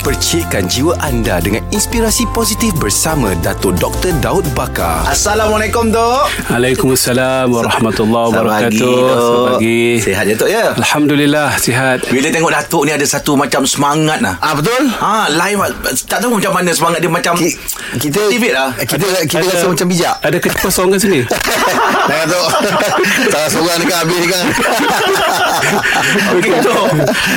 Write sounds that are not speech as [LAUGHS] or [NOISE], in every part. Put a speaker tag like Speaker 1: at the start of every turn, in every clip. Speaker 1: Percikkan jiwa anda dengan inspirasi positif bersama Dato' Dr. Daud Bakar.
Speaker 2: Assalamualaikum Tok
Speaker 3: Waalaikumsalam warahmatullahi wabarakatuh.
Speaker 2: Oh, Selamat pagi
Speaker 3: Selamat
Speaker 2: Sehat je Tok ya
Speaker 3: pagi. Alhamdulillah sihat.
Speaker 2: Bila tengok Datuk ni ada satu macam semangat lah
Speaker 4: Ah betul?
Speaker 2: Ha, lain tak tahu macam mana semangat dia macam
Speaker 4: Ki- Kita eh,
Speaker 2: Motivate lah
Speaker 4: Kita kita rasa macam bijak.
Speaker 3: Ada kekosongan sini.
Speaker 4: Dah kata
Speaker 1: [LAUGHS]
Speaker 4: salah seorang dekat habis ni kan.
Speaker 2: [LAUGHS] Okey Tok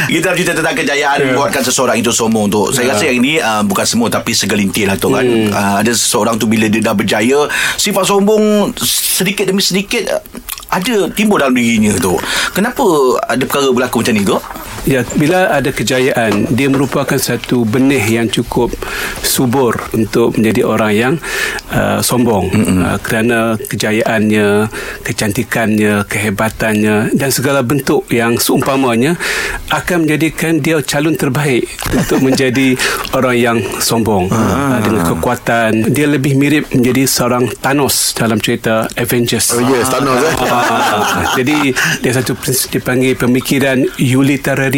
Speaker 2: Kita bercerita tentang kejayaan yeah. Buatkan seseorang itu sombong Tok Saya rasa yang ini uh, Bukan semua Tapi segelintir lah Tok kan uh, Ada seseorang tu Bila dia dah berjaya Sifat sombong Sedikit demi sedikit uh, Ada timbul dalam dirinya Tok Kenapa Ada perkara berlaku macam ni Tok
Speaker 3: Ya, bila ada kejayaan, dia merupakan satu benih yang cukup subur untuk menjadi orang yang uh, sombong mm-hmm. uh, kerana kejayaannya, kecantikannya, kehebatannya dan segala bentuk yang seumpamanya akan menjadikan dia calon terbaik untuk menjadi orang yang sombong uh, dengan kekuatan. Dia lebih mirip menjadi seorang Thanos dalam cerita Avengers.
Speaker 4: Oh yes, Thanos eh.
Speaker 3: Ah, [LAUGHS] Jadi dia satu prinsip dipanggil pemikiran utilitarian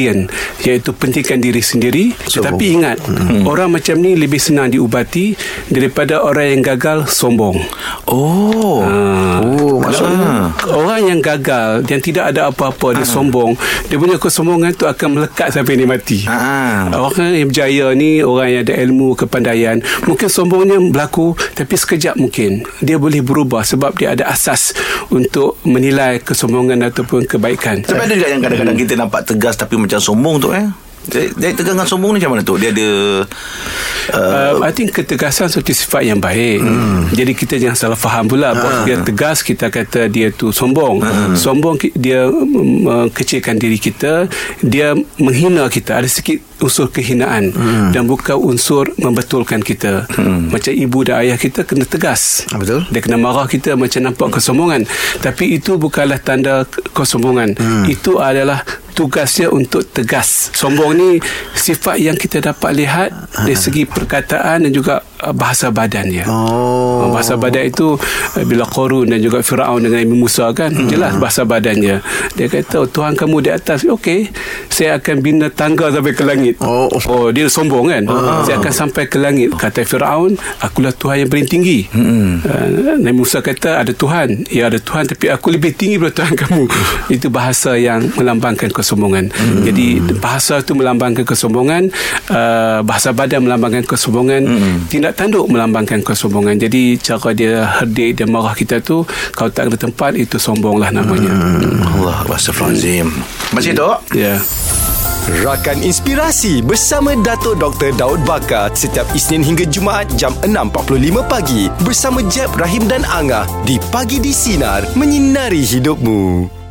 Speaker 3: iaitu pentingkan diri sendiri tetapi ingat orang macam ni lebih senang diubati daripada orang yang gagal sombong.
Speaker 2: Oh
Speaker 3: Ah.
Speaker 4: Oh, maksudnya
Speaker 3: Orang yang gagal yang tidak ada apa-apa dia sombong, dia punya kesombongan tu akan melekat sampai dia mati.
Speaker 2: Ah.
Speaker 3: Orang yang berjaya ni orang yang ada ilmu kepandaian mungkin sombongnya berlaku tapi sekejap mungkin dia boleh berubah sebab dia ada asas untuk menilai kesombongan ataupun kebaikan.
Speaker 2: Tapi ada juga yang kadang-kadang kita nampak tegas tapi macam sombong tu eh. Dia, dia tegas dengan sombong ni macam mana tu? Dia ada uh,
Speaker 3: Uh, I think ketegasan satu sifat yang baik. Hmm. Jadi kita jangan salah faham pula. Bos dia tegas kita kata dia tu sombong. Sombong ki- dia mm, kecilkan diri kita, dia menghina kita. Ada sikit unsur kehinaan dan bukan unsur membetulkan kita. Macam ibu dan ayah kita kena tegas.
Speaker 4: Ah, betul.
Speaker 3: Dia kena marah kita macam nampak kesombongan. Tapi itu bukanlah tanda ke- kesombongan. Itu adalah tugasnya untuk tegas. Sombong ni sifat yang kita dapat lihat dari segi perkataan dan juga uh, bahasa badan dia.
Speaker 4: Oh.
Speaker 3: Bahasa badan Ah, itu uh, bila Qarun dan juga Firaun dengan Nabi Musa kan
Speaker 4: Hmm.
Speaker 3: jelas bahasa badannya. Dia kata "Oh, Tuhan kamu di atas. Okey, saya akan bina tangga sampai ke langit.
Speaker 4: Oh. Ah.
Speaker 3: Oh, dia sombong kan? Saya akan sampai ke langit. Kata Firaun, akulah Tuhan yang paling tinggi. Hmm. Uh, Nabi Musa kata, ada Tuhan. Ya, ada Tuhan tapi aku lebih tinggi daripada Tuhan [LAUGHS] kamu. Itu bahasa yang melambangkan kesombongan. Hmm. Jadi, bahasa itu melambangkan kesombongan. Uh, bahasa badan melambangkan kesombongan. Hmm. Tindak tanduk melambangkan kesombongan. Jadi, cara dia herdik, dia marah kita tu, kalau tak ada tempat, itu sombong lah namanya. Hmm.
Speaker 2: Allah Astagfirullahalazim. Masih tu?
Speaker 3: Ya. Yeah.
Speaker 1: Rakan Inspirasi bersama Dato' Dr. Daud Bakar setiap Isnin hingga Jumaat jam 6.45 pagi bersama Jeb, Rahim dan Angah di Pagi di Sinar menyinari hidupmu.